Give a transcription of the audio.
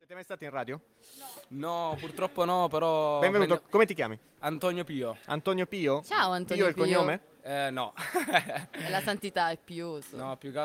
Siete mai stati in radio? No, purtroppo no, però... Benvenuto, prendo- come ti chiami? Antonio Pio. Antonio Pio? Ciao, Pio Antonio è il Pio. cognome? Eh, no. La santità è più. su. no, più che